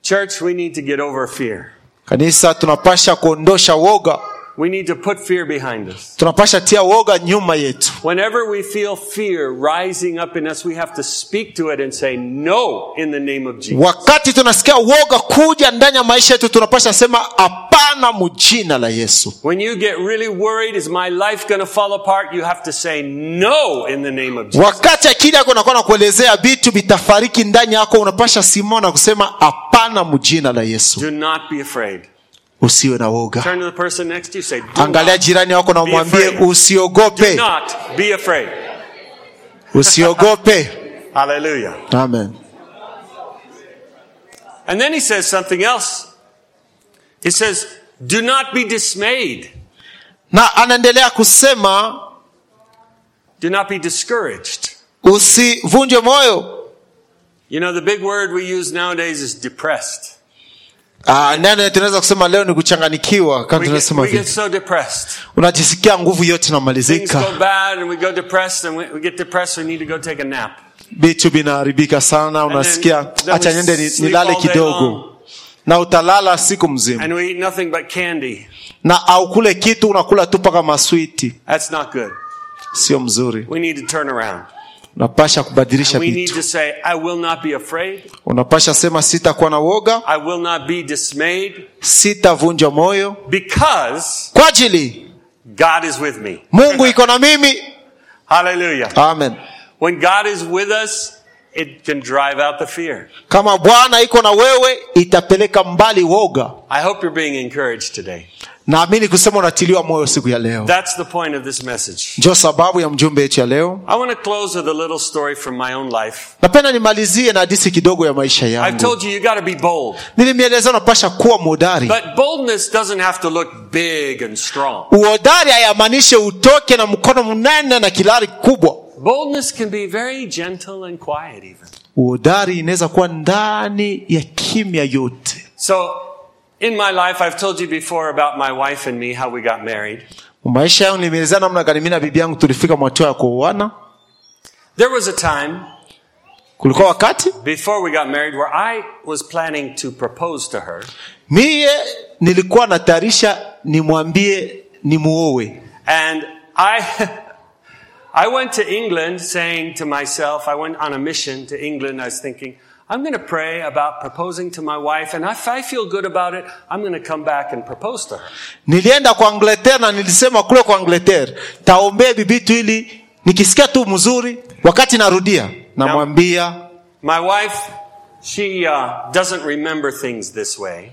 Speaker 1: Church, we need to get over fear.
Speaker 2: kanisa tunapasha kuondosha woga
Speaker 1: We need to put fear behind us.
Speaker 2: tunapasha tia woga nyuma yetu
Speaker 1: Whenever we feel fear rising up in us, we have to speak to it and say no in the name of Jesus.
Speaker 2: wakati tunasikia woga kuja ndani ya maisha yetu tunapasha sema hapana mjina la yesu
Speaker 1: When you get really worried, is my life going to fall apart? You have to say no in the name of Jesus.
Speaker 2: wakati akili yako inakuwa nakuelezea vitu vitafariki ndani yako unapasha simama na kusema hapana mjina la yesu
Speaker 1: Do not be afraid.
Speaker 2: usiwe na woga
Speaker 1: Turn to the person next to you, say, do
Speaker 2: angalia
Speaker 1: not,
Speaker 2: jirani yako na
Speaker 1: Be
Speaker 2: umwambie
Speaker 1: afraid. do
Speaker 2: usiogope
Speaker 1: not be afraid.
Speaker 2: usiogope
Speaker 1: Hallelujah.
Speaker 2: Amen.
Speaker 1: And then he says something else. He says, Do not be dismayed.
Speaker 2: Na anaendelea kusema
Speaker 1: Do not be discouraged.
Speaker 2: usivunje moyo.
Speaker 1: You know, the big word we use nowadays is depressed.
Speaker 2: Ah, nene tunaweza kusema leo ni kuchanganikiwa kama
Speaker 1: We get,
Speaker 2: tunasema
Speaker 1: we get
Speaker 2: vile.
Speaker 1: so depressed.
Speaker 2: Unajisikia nguvu yote
Speaker 1: Things go
Speaker 2: inamalizika.
Speaker 1: bad and we go depressed and we, we get depressed. We need to go take a nap.
Speaker 2: Vitu vinaharibika sana,
Speaker 1: then-
Speaker 2: unasikia
Speaker 1: then we
Speaker 2: acha niende ni-
Speaker 1: sleep
Speaker 2: nilale
Speaker 1: all day
Speaker 2: kidogo.
Speaker 1: long.
Speaker 2: Na utalala siku mzima.
Speaker 1: And we eat nothing but candy.
Speaker 2: Na aukule kitu unakula tu paka maswiti.
Speaker 1: That's not good.
Speaker 2: Sio mzuri.
Speaker 1: We need to turn around.
Speaker 2: Unapasha kubadilisha
Speaker 1: And we need
Speaker 2: vitu.
Speaker 1: to say, I will not be afraid.
Speaker 2: Unapasha sema sitakuwa na woga,
Speaker 1: I will not be dismayed
Speaker 2: sitavunja moyo
Speaker 1: because
Speaker 2: kwa ajili
Speaker 1: God is with me.
Speaker 2: Mungu iko na mimi.
Speaker 1: Hallelujah.
Speaker 2: Amen.
Speaker 1: When God is with us, it can drive out the fear.
Speaker 2: Kama Bwana iko na wewe, itapeleka mbali woga.
Speaker 1: I hope you're being encouraged today.
Speaker 2: naamini kusema unatiliwa moyo siku ya leo
Speaker 1: That's the point of this message.
Speaker 2: ndio sababu ya mjumbe yetu ya leo
Speaker 1: I want to close with a little story from my own life.
Speaker 2: napenda nimalizie na hadisi kidogo ya maisha
Speaker 1: I've
Speaker 2: yangu
Speaker 1: told you, you got to be bold.
Speaker 2: nilimieleza unapasha kuwa mwodari
Speaker 1: But boldness doesn't have to look big and strong.
Speaker 2: uodari hayamaanishe utoke na mkono mnene na kilari kubwa
Speaker 1: Boldness can be very gentle and quiet, even.
Speaker 2: uodari inaweza kuwa ndani ya kimya yote
Speaker 1: So, in my life, I've told you before about my wife and me, how we got married.
Speaker 2: maisha yangu nilimeelezea namna gani mimi na bibi yangu tulifika mwatua ya kuoana
Speaker 1: There was a time
Speaker 2: kulikuwa wakati
Speaker 1: before we got married where I was planning to propose to her,
Speaker 2: miye nilikuwa natayarisha nimwambie nimuowe
Speaker 1: and I. I went to England saying to myself, I went on a mission to England. I was thinking, I'm going to pray about proposing to my wife, and if I feel good about it, I'm going to come back and propose to her.
Speaker 2: nilienda kwa angleterre na nilisema kule kwa angleterre taombee bibitu ili nikisikia tu mzuri wakati narudia namwambia
Speaker 1: My wife, she uh, doesn't remember things this way.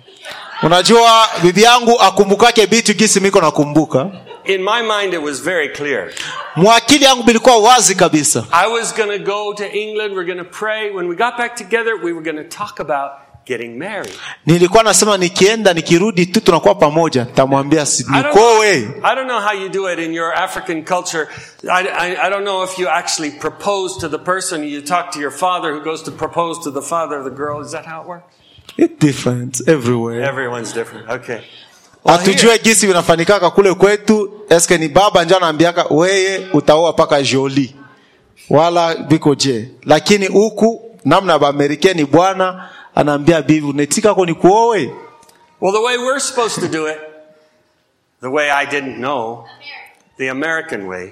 Speaker 2: unajua bibi yangu akumbukake bitu gisi miko nakumbuka
Speaker 1: In my mind, it was very clear.
Speaker 2: mwakili yangu bilikuwa wazi kabisa
Speaker 1: I was going to go to England. We're going to pray. When we got back together, we were going to talk about getting married.
Speaker 2: nilikuwa nasema nikienda nikirudi tu tunakuwa pamoja tamwambia si-
Speaker 1: I don't-
Speaker 2: nikowe
Speaker 1: I don't know how you do it in your African culture. I, I, I don't know if you actually propose to the person. You talk to your father who goes to propose to the father of the girl. Is that how it works?
Speaker 2: It different everywhere
Speaker 1: Everyone's different. Okay.
Speaker 2: hatujue gisi vinafanikaka kule kwetu eske ni baba njo anaambiaka weye utaoa paka joli wala viko je lakini huku namna baamerikani bwana anaambia bibi unetikako ni kuowe
Speaker 1: Well, the way we're supposed to do it, the way I didn't know, the American way,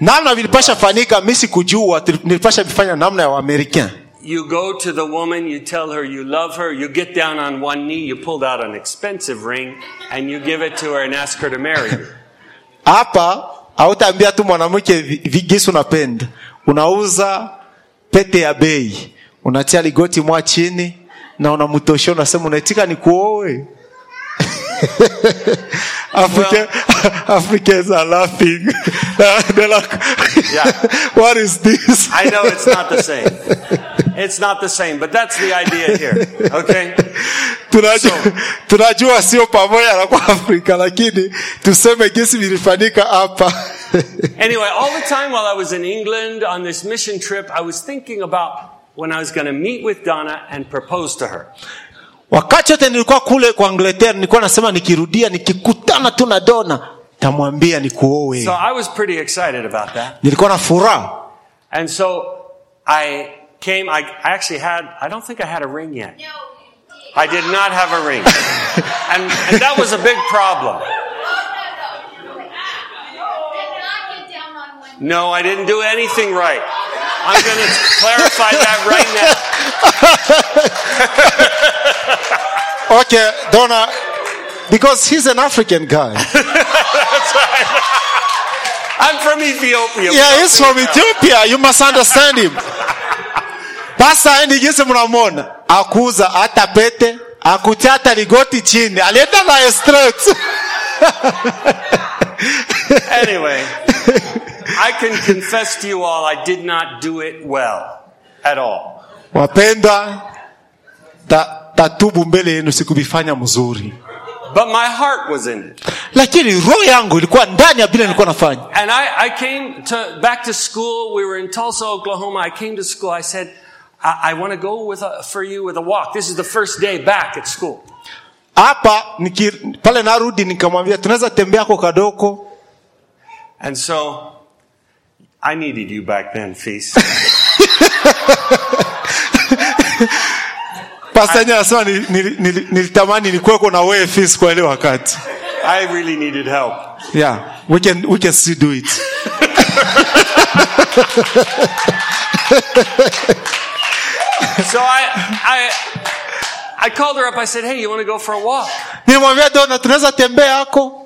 Speaker 2: namna vilipasha fanika misi kujua tili- nilipasha vifanya namna ya waamerikani
Speaker 1: you go to the woman, you tell her you love her, you get down on one knee, you pull out an expensive ring, and you give it to her and ask her to marry you.
Speaker 2: hapa hautaambia tu mwanamke vi- vi- gisi unapenda unauza pete ya bei unatia ligoti mwa chini na unamtoshea unasema unaitika ni kuowe Africa, Africans are laughing. They're like,
Speaker 1: Yeah.
Speaker 2: what is this?
Speaker 1: I know it's not the same. It's not the same, but that's the idea here. Okay?
Speaker 2: tunajua,
Speaker 1: So-
Speaker 2: tunajua sio pamoja na kwa Afrika, lakini tuseme gesi vilifanyika hapa.
Speaker 1: Anyway, all the time while I was in England on this mission trip, I was thinking about when I was going to meet with Donna and propose to her.
Speaker 2: Wakati wote nilikuwa kule kwa Angleterre, nilikuwa nasema nikirudia, nikikutana tu na Dona tamwambia nikuowe.
Speaker 1: So I was pretty excited about that.
Speaker 2: nilikuwa na furaha
Speaker 1: And so I came, I I actually had, I don't think I had a ring yet. I did not have a ring. and, and that was a big problem. No, I didn't do anything right. I'm going to clarify that right now.
Speaker 2: okay, Donna, because he's an African guy.
Speaker 1: I'm from Ethiopia.
Speaker 2: yeah, he's from Ethiopia. You must understand him. Pasa endi jinsi mnamwona akuuza hata pete akutia hata ligoti chini, alienda naye straight.
Speaker 1: Anyway, I can confess to you all, I did not do it well. at all.
Speaker 2: wapendwa ta, tatubu mbele yenu sikuvifanya mzuri
Speaker 1: But my heart was in it.
Speaker 2: lakini roho yangu ilikuwa ndani ya vile nilikuwa nafanya
Speaker 1: And I, I came to, back to school. We were in Tulsa, Oklahoma. I came to school. I said, I, I want to go with a, for you with a walk. This is the first day back at school.
Speaker 2: hapa niki, pale narudi nikamwambia tunaweza tembea kwa kadoko
Speaker 1: And so I needed you back then, Feast.
Speaker 2: pasanya anasema nil- nil- nil- nilitamani nilikuweko na wewe fis kwa ile wakati
Speaker 1: I really needed help.
Speaker 2: yeah we can, we can still do it
Speaker 1: So I, I, I called her up. I said, Hey, you want to go for a walk?
Speaker 2: nilimwambia dona tunaweza tembea ako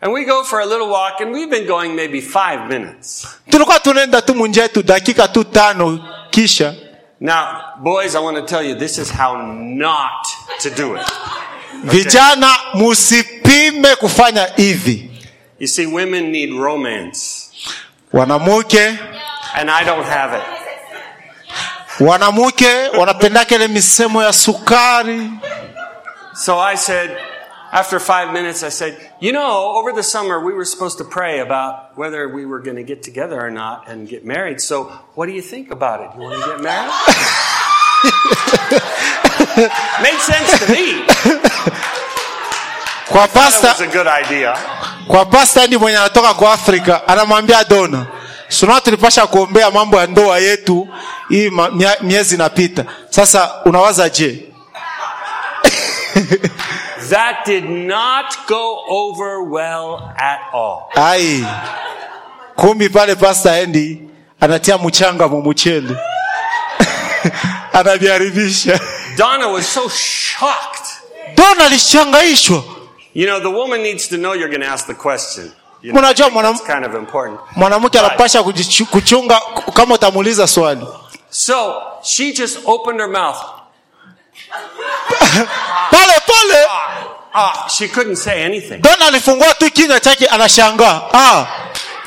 Speaker 1: And we go for a little walk, and we've been going maybe five minutes.
Speaker 2: tulikuwa tunaenda tu munjia yetu dakika tu tano kisha
Speaker 1: Now, boys, I want to tell you this is how not to do it.
Speaker 2: vijana musipime kufanya hivi
Speaker 1: You see, women need romance,
Speaker 2: wanamke
Speaker 1: and I don't have it.
Speaker 2: wanamke wanapendaka ile misemo ya sukari
Speaker 1: So I said, after five minutes, I said, You know, over the summer, we were supposed to pray about whether we were going to get together or not and get married. So what do you think about it? You want to get married? Made sense to me.
Speaker 2: kwa pasta
Speaker 1: That was a good idea.
Speaker 2: kwa pasta ndi mwenye anatoka kwa afrika anamwambia dona sunaa tulipasha kuombea mambo ya ndoa yetu hii ma- mia- miezi inapita sasa unawaza je
Speaker 1: That did not go over well at all.
Speaker 2: ai kumbi pale pasta endi anatia mchanga mumuchele anaviharibisha
Speaker 1: Donna was so shocked.
Speaker 2: dona alishangaishwa
Speaker 1: You know, the woman needs to know you're going to ask the question. You know,
Speaker 2: mnajua mwanam-
Speaker 1: it's kind of important.
Speaker 2: mwanamke anapasha kujichu- kuchunga k- kama utamuuliza swali
Speaker 1: So she just opened her mouth.
Speaker 2: pale pale
Speaker 1: Ah, she couldn't say anything.
Speaker 2: dona alifungua tu kinywa chake anashangaa ah,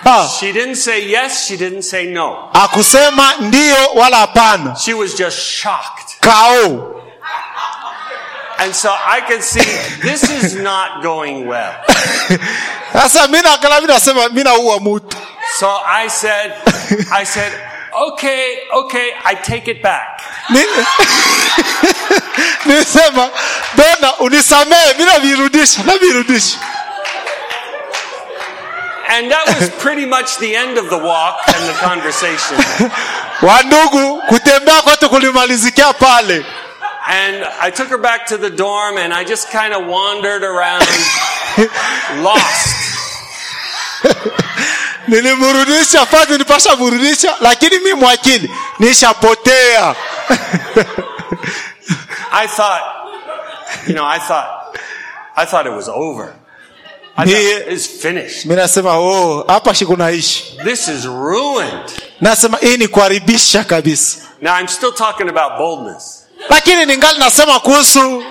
Speaker 2: ah.
Speaker 1: She didn't say yes. She didn't say no.
Speaker 2: akusema ndiyo wala hapana
Speaker 1: She was just shocked.
Speaker 2: kao
Speaker 1: And so I could see this is not going well.
Speaker 2: sasa mi nakala mi nasema mi naua mutu
Speaker 1: So I said, I said, okay, okay, I take it back.
Speaker 2: Ni- nilisema dona unisamehe mi navirudisha navirudisha
Speaker 1: And that was pretty much the end of the walk and the conversation.
Speaker 2: wandugu kutembea kwetu kulimalizikia pale
Speaker 1: And I took her back to the dorm and I just kind of wandered around, lost.
Speaker 2: nilimrudisha fadhi nipasha murudisha lakini mi mwakili nishapotea
Speaker 1: I thought, you know, I thought, I thought it was over. I thought
Speaker 2: Yeah.
Speaker 1: it's finished.
Speaker 2: mi nasema oh, hapa shikunaishi
Speaker 1: This is ruined.
Speaker 2: nasema hii ni kuharibisha kabisa
Speaker 1: Now I'm still talking about boldness.
Speaker 2: lakini ningali nasema kuhusu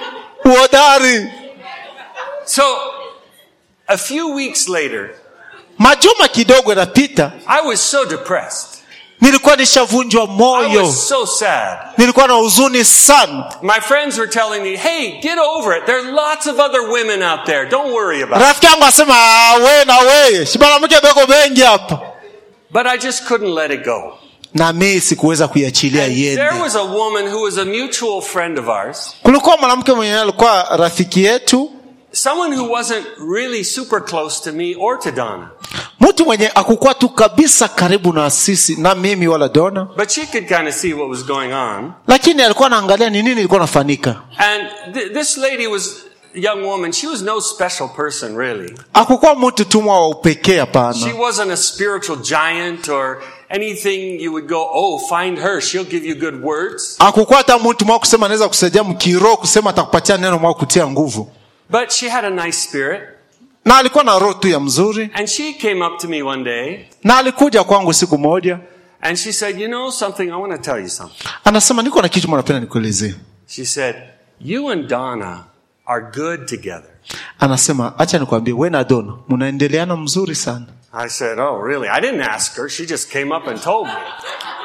Speaker 2: uhodari
Speaker 1: So a few weeks later,
Speaker 2: majuma kidogo yanapita
Speaker 1: I was so depressed.
Speaker 2: nilikuwa nishavunjwa
Speaker 1: I
Speaker 2: moyo
Speaker 1: was so sad.
Speaker 2: nilikuwa na huzuni sana
Speaker 1: My friends were telling me, hey, get over it. There are lots of other women out there. Don't worry about it.
Speaker 2: rafiki yangu asema "Ah, we na weye shibanamke beko bengi hapa
Speaker 1: But I just couldn't let it go.
Speaker 2: na mii sikuweza kuiachilia yende
Speaker 1: There was a woman who was a mutual friend of ours,
Speaker 2: kulikuwa mwanamke mwenye alikuwa rafiki yetu
Speaker 1: someone who wasn't really super close to me or to Donna,
Speaker 2: mtu mwenye akukuwa tu kabisa karibu na sisi na mimi wala dona
Speaker 1: but she could kind of see what was going on.
Speaker 2: lakini alikuwa anaangalia ni nini ilikuwa nafanyika
Speaker 1: And th- this lady was a young woman. She was no special person, really.
Speaker 2: Uh-huh. akukuwa mtu tumwa wa upekee
Speaker 1: She
Speaker 2: hapana
Speaker 1: wasn't a spiritual giant or anything you would go, oh, find her. She'll give you good words.
Speaker 2: akukuwa hata mtu mwa kusema anaweza kusaidia mkiroho kusema atakupatia neno mwa kutia nguvu
Speaker 1: But she had a nice spirit.
Speaker 2: na alikuwa na roho tu ya mzuri
Speaker 1: And she came up to me one day
Speaker 2: na alikuja kwangu siku moja
Speaker 1: and she said, you know something? I want to tell you something.
Speaker 2: anasema niko na kitu mwanapenda nikuelezee
Speaker 1: She said, You and Donna are good together.
Speaker 2: anasema acha nikwambie we na dona mnaendeleana mzuri sana
Speaker 1: I said, Oh, really? I didn't ask her. She just came up and told me.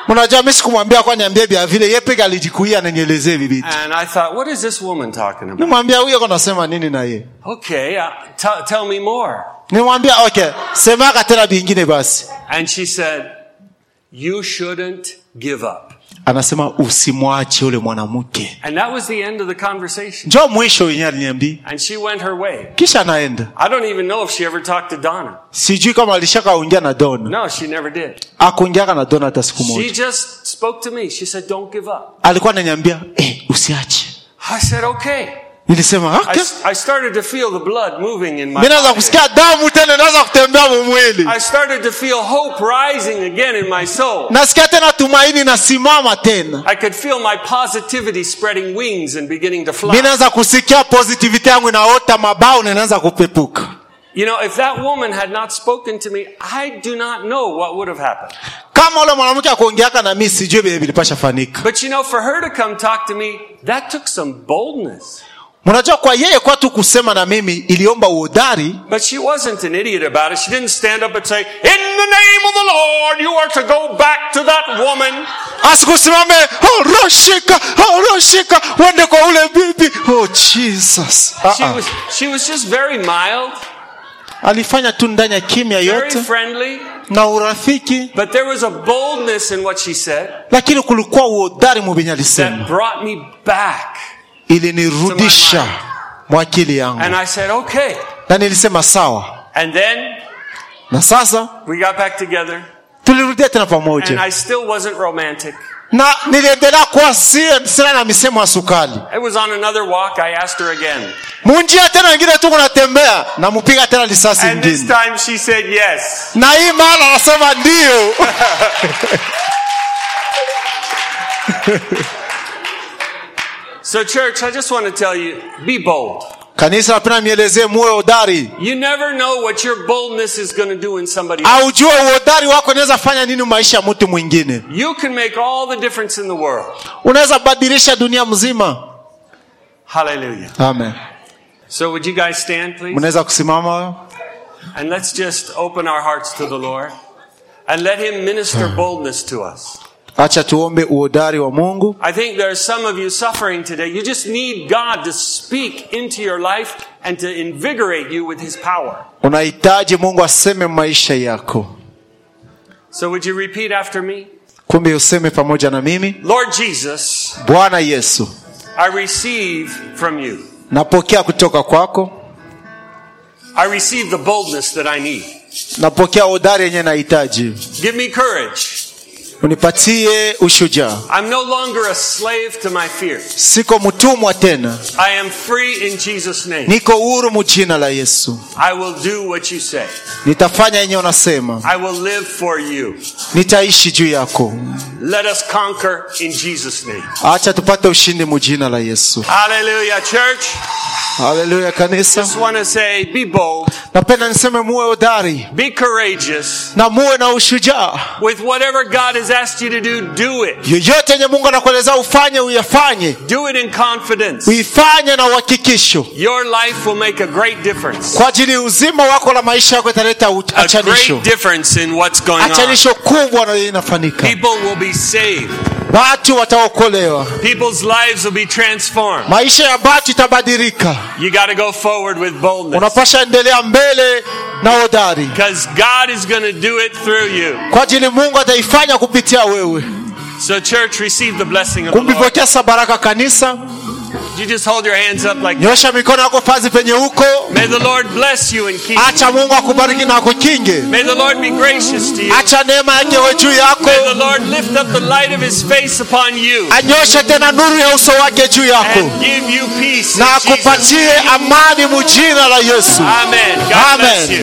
Speaker 2: unajua mi sikumwambia kwa niambie vya vile ye peke alijikuia ananielezee vibitu
Speaker 1: And I thought, what is this woman talking about?
Speaker 2: nimwambia huyo kanasema nini na ye
Speaker 1: Okay, uh, t- tell me more.
Speaker 2: nimwambia okay semaka tena vingine basi
Speaker 1: And she said, you shouldn't give up.
Speaker 2: anasema usimwache ule mwanamke
Speaker 1: And that was the end of the conversation.
Speaker 2: njo mwisho wenyewe aliniambia
Speaker 1: And she went her way.
Speaker 2: kisha anaenda
Speaker 1: I don't even know if she ever talked to Donna.
Speaker 2: sijui kama alishakaungia na dona
Speaker 1: No, she never did.
Speaker 2: akuingiaka na dona hata siku
Speaker 1: She
Speaker 2: moja
Speaker 1: just spoke to me. She said, don't give up.
Speaker 2: alikuwa ananiambia eh, usiache
Speaker 1: I said, okay.
Speaker 2: nilisema
Speaker 1: I,
Speaker 2: okay.
Speaker 1: I started to feel the blood moving in my
Speaker 2: mi naweza
Speaker 1: body.
Speaker 2: kusikia damu tena naweza kutembea mumwili
Speaker 1: I started to feel hope rising again in my soul.
Speaker 2: nasikia tena tumaini nasimama tena
Speaker 1: I could feel my positivity spreading wings and beginning to
Speaker 2: mi
Speaker 1: fly.
Speaker 2: naweza kusikia positivity yangu inaota mabao na inaanza kupepuka
Speaker 1: You know, if that woman had not spoken to me, I do not know what would have happened.
Speaker 2: kama ule mwanamke akuongeaka na mi sijui vile vilipasha fanika
Speaker 1: But you know, for her to come talk to me, that took some boldness.
Speaker 2: mnajua kwa yeye kwa tu kusema na mimi iliomba uhodari
Speaker 1: But she wasn't an idiot about it. She didn't stand up and say, In the name of the Lord, you are to go back to that woman.
Speaker 2: asikusimame "Oh, oroshika oroshika wende kwa ule bibi oh jesus
Speaker 1: She
Speaker 2: uh-uh.
Speaker 1: was, she was just very mild,
Speaker 2: alifanya tu ndani ya kimya
Speaker 1: very
Speaker 2: yote
Speaker 1: friendly,
Speaker 2: na urafiki
Speaker 1: but there was a boldness in what she said
Speaker 2: lakini kulikuwa uhodari mubenye alisema
Speaker 1: that brought me back.
Speaker 2: ilinirudisha
Speaker 1: To my
Speaker 2: mwakili yangu
Speaker 1: And I said, Okay.
Speaker 2: na nilisema sawa
Speaker 1: And then
Speaker 2: na sasa
Speaker 1: we got back together,
Speaker 2: tulirudia tena
Speaker 1: and
Speaker 2: pamoja
Speaker 1: I still wasn't romantic.
Speaker 2: na niliendelea kuwa sie- sina na misemo ya sukali
Speaker 1: It was on another walk, I asked her again.
Speaker 2: munjia tena wengine tu kunatembea namupiga tena risasi
Speaker 1: And this
Speaker 2: mjini
Speaker 1: time she said yes.
Speaker 2: na hii mara anasema ndio
Speaker 1: So, church, I just want to tell you be bold.
Speaker 2: kanisa napenda nielezee muwe hodari
Speaker 1: You never know what your boldness is going to do in somebody else.
Speaker 2: aujue uhodari wako unaweza fanya nini maisha ya mtu mwingine
Speaker 1: You can make all the difference in the world.
Speaker 2: unaweza badilisha dunia mzima
Speaker 1: Hallelujah.
Speaker 2: amen
Speaker 1: So, would you guys stand, please?
Speaker 2: mnaweza kusimama
Speaker 1: And let's just open our hearts to the Lord and let Him minister boldness to us.
Speaker 2: acha tuombe uhodari wa mungu
Speaker 1: I think there are some of you suffering today. You just need God to speak into your life and to invigorate you with His power.
Speaker 2: unahitaji mungu aseme maisha yako
Speaker 1: So, would you repeat after me?
Speaker 2: kumbe useme pamoja na mimi
Speaker 1: Lord Jesus,
Speaker 2: bwana yesu
Speaker 1: I receive from you.
Speaker 2: napokea kutoka kwako
Speaker 1: I receive the boldness that I need.
Speaker 2: napokea uhodari yenye nahitaji
Speaker 1: Give me courage.
Speaker 2: unipatie ushujaa
Speaker 1: I'm no longer a slave to my fears.
Speaker 2: siko mtumwa tena
Speaker 1: I am free in Jesus' name.
Speaker 2: niko huru mujina la yesu
Speaker 1: I will do what you say.
Speaker 2: nitafanya yenye unasema
Speaker 1: I will live for you.
Speaker 2: nitaishi juu yako
Speaker 1: Let us conquer in Jesus' name.
Speaker 2: acha tupate ushindi mujina la yesu
Speaker 1: Hallelujah, church.
Speaker 2: haleluya kanisa
Speaker 1: Just want to say be bold,
Speaker 2: napenda niseme muwe udari
Speaker 1: be courageous.
Speaker 2: na muwe na ushujaa
Speaker 1: With whatever God has asked you to do, do it.
Speaker 2: yoyote yenye mungu anakuelezea ufanye uyafanye
Speaker 1: Do it in confidence.
Speaker 2: uifanye na uhakikisho
Speaker 1: Your life will make a great difference.
Speaker 2: kwa ajili uzima wako na maisha yako italeta ut-
Speaker 1: A great
Speaker 2: achanisho
Speaker 1: difference in what's going on.
Speaker 2: achanisho kubwa na inafanyika
Speaker 1: People will be saved.
Speaker 2: watu wataokolewa
Speaker 1: People's lives will be transformed.
Speaker 2: maisha ya batu itabadilika
Speaker 1: You got to go forward with boldness
Speaker 2: unapasha endelea mbele na hodari
Speaker 1: because God is going to do it through you.
Speaker 2: kwa ajili mungu ataifanya kupitia wewe
Speaker 1: So, church, receive the blessing of the Lord.
Speaker 2: kumpokea sa baraka kanisa
Speaker 1: You just hold your hands up like
Speaker 2: nyosha mikono yako fazi penye huko
Speaker 1: May the Lord bless you and keep you.
Speaker 2: acha mungu akubariki na akukinge
Speaker 1: May the Lord be gracious to you.
Speaker 2: acha neema yake iwe juu yako
Speaker 1: May the Lord lift up the light of his face upon you
Speaker 2: anyoshe tena nuru ya uso wake juu yako
Speaker 1: and give you peace.
Speaker 2: na
Speaker 1: in Jesus'
Speaker 2: akupatie amani mujina la yesu
Speaker 1: Amen. God
Speaker 2: Amen.
Speaker 1: bless you.